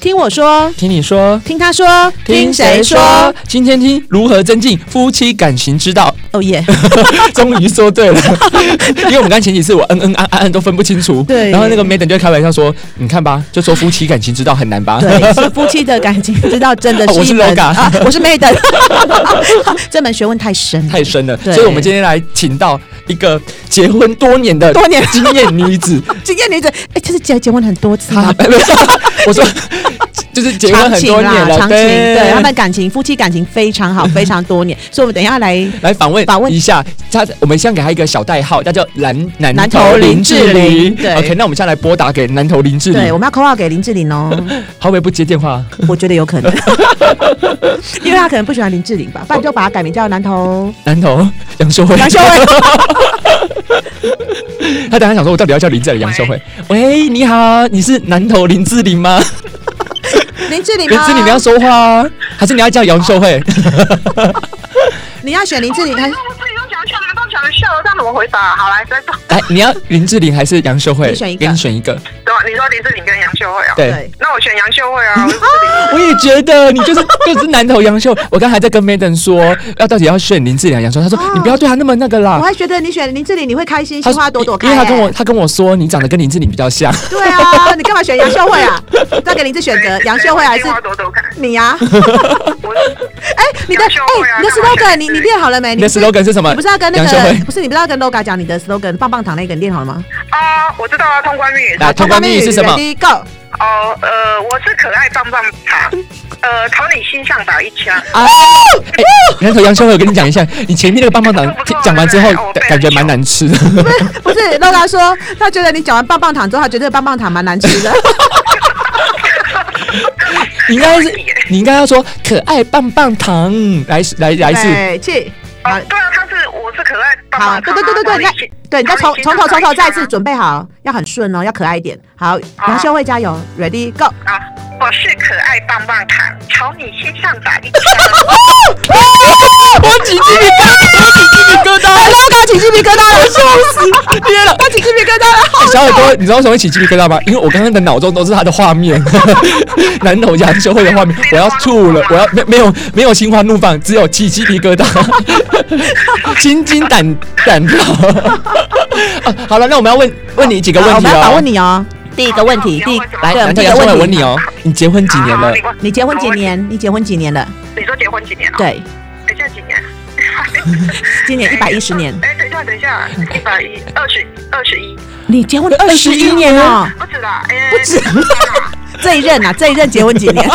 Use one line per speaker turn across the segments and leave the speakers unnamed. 听我说，
听你说，
听他说，？？
今天听如何增进夫妻感情 之道，
哦耶！
终于说对了。 因为我们刚前几次我嗯嗯啊啊嗯都分不清楚，
对
然后那个 Maiden 就开玩笑说：“你看吧，就说夫妻感情之道很难吧？”
对，是夫妻的感情之道，真的
哦我
是
是
一门
Loga
啊，我是 Maiden，这 门学问太深了。
太深了，
对
所以我们今天来请到一个结婚多年的
多年
经验女子，
今天女子，哎，其实结结婚很多次
她
啊，
没有，我说就是 结婚
长
很
情
多
啦，
年了，
长情，对他们感情，夫妻感情非常 好，非常多年，所以我们等一下来
来访问
访问
一下他，我们先给他一个小代号，叫叫南南
南
投
投
林
林
志
志
玲。
玲对
OK，那我们现在来拨打给南投林志
对，
玲
我，们要扣号给林志玲 哦，
他会不会不接电话？
我觉得有可 能，因为他可能不喜欢林志玲吧，不然就把他改名叫南投
南投杨秀慧，
杨秀慧。
他等下想说，我到底要叫林志玲杨秀慧？喂，你好，你是南投林志玲吗？
林志玲
林
吗？
志玲你要说话啊，还是你要叫杨秀慧？
你要选林志玲还是
我自己都讲笑，你们都讲笑了，这样怎么回答、好，来，再说。
来，哎你要林志玲还是杨秀慧？
你选一个
给你选一个。
等会你说林志玲跟杨秀慧啊？
对。
对
那我选杨秀慧 啊。我是
我也觉得你就是 就是南投杨秀，我刚才在跟 Maiden 说要到底要选林志玲还是杨秀，他说、
哦
你不要对他那么那个啦
我，还觉得你选林志玲你会开心，
啊他
心花朵朵开、啊
因为他跟我他跟我说你长得跟林志玲比 较像，
对啊，你干嘛选杨秀慧啊？再给林志选择，杨秀慧还是
花朵朵看。
你 呀、
我
哎、你的哎、
杨秀慧啊
你的
干嘛选
slogan 你你练好了没？
你的
不是
slogan 是什么？
你不是要跟那
杨秀慧
个不是你不是要跟 LOGA 讲你的 slogan 棒棒糖那个你练好了吗？
啊，我知道啊，通关密语。
来通关密语是什么
第一 go，
哦，呃，我是可爱棒棒 糖，呃，朝你心上打一枪。
啊？ 哎南投杨秀慧，我跟你讲一下，你前面那个棒棒糖
不错
讲完之后
对不对哦我，背
感
很
感觉蛮难吃的。
不是 LOGA 说他觉得你讲完棒棒糖之后，他觉得棒棒糖蛮难吃 的。
你应该是你应该要说可爱棒棒糖，来来来一次。
对，去。好
哦，对啊，他是我是可爱棒
好，
棒
对
糖。
对对对对，你再
朝你心
对，你再从从头从头再一次。
朝你心上打枪
准备好，要很顺哦，要可爱一点。好，杨秀慧加油，Ready Go！
啊，我是可爱棒棒糖，朝你心上打 一枪。
我起鸡皮疙瘩，我起鸡皮疙瘩，
哎，LOGA 起鸡皮疙瘩了，笑死！
天了！
他起鸡皮疙瘩了，好
小耳朵，你知道为什么会起鸡皮疙瘩吗？因为我刚刚的脑中都是他的画面， 南投杨秀慧的画面，我要吐了，我要没没有没有心花怒放，只有起鸡皮疙瘩， 心惊胆胆跳。 啊，好了，那我们要问问你几个
好
问
我
题
们要访
哦
问。你哦。第一个问题，
好
第一
来，
对我
南
们第
投
一
杨
个
秀慧
问
问你
题，啊
哦，你结婚几年
好
了？？
好
你结婚几？年？你结婚几年了？
我你说结婚几年了？啊
对，
等一下几年？
今年一百一十年。
哎，等一下，等一下，一百一二十二十一，
你结婚了二十一
21
年啊了，
不止啦，哎，
哦不止这一任啊，这一任结婚几 年？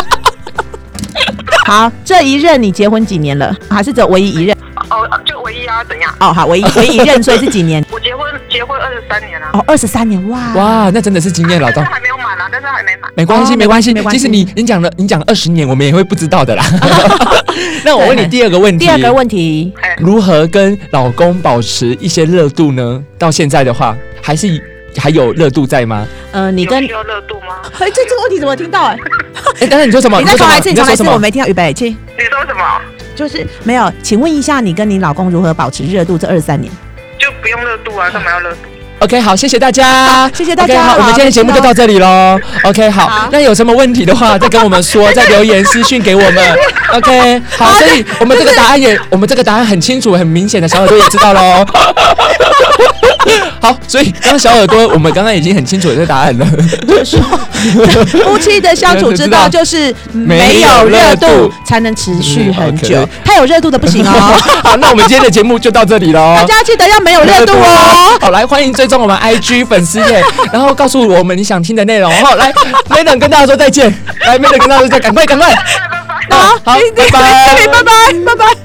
好，这一任你结婚几年了？还是只有唯一一任？
哦，就唯一啊，怎样？
哦，好，唯一唯一一任，所以是几年？
我结婚结婚二十三年了，
哦，二十三年，哇
哇，那真的是经验老
但是
道。
还没有满啊，但是还没满。
没关系，
哦
没关系
没，关
即
系
使你你讲了你讲二十年，我们也会不知道 的啦。那我问你
对
第二个问题，
第二个问题，
哎，
如何跟老公保持一些热度呢？到现在的话，还是还有热度在吗？
呃，你
你
跟
需要热度吗？
哎，这这个问题怎么听到？哎，
哎、等等你说什么？
你再重
说什么
来一次，你
在
重来
说
一次，
什么
我没听到。预备，起，
你说什么？
就是没有。请问一下，你跟你老公如何保持热度这二十三年？
就不用热度啊，干嘛要热 度？
OK，好，谢谢大家，
谢谢大家
OK，好，我们今天的节目就到这里喽。OK，好
好，
那有什么问题的话，再跟我们说，再留言私讯给我们。OK，好，所以我们这个答案也，我们这个答案很清楚、很明显的，小耳朵也知道喽。 好，所以刚刚小耳朵，我们刚刚已经很清楚这个答案了。
夫妻的相处之 道就是没有热度才能持续很
嗯
久
，OK，
太有热度的不行 哦。
好，那我们今天的节目就到这里喽。
大家记得要没有热度哦。。
好，来欢迎追踪我们 IG 粉丝 页，然后告诉我们你想听的内容。好，来 m a d a m 跟大家说再见，来 m a d a m 跟大家说再见，赶快赶快，
拜拜拜。
好，好，拜拜，
拜拜，拜拜。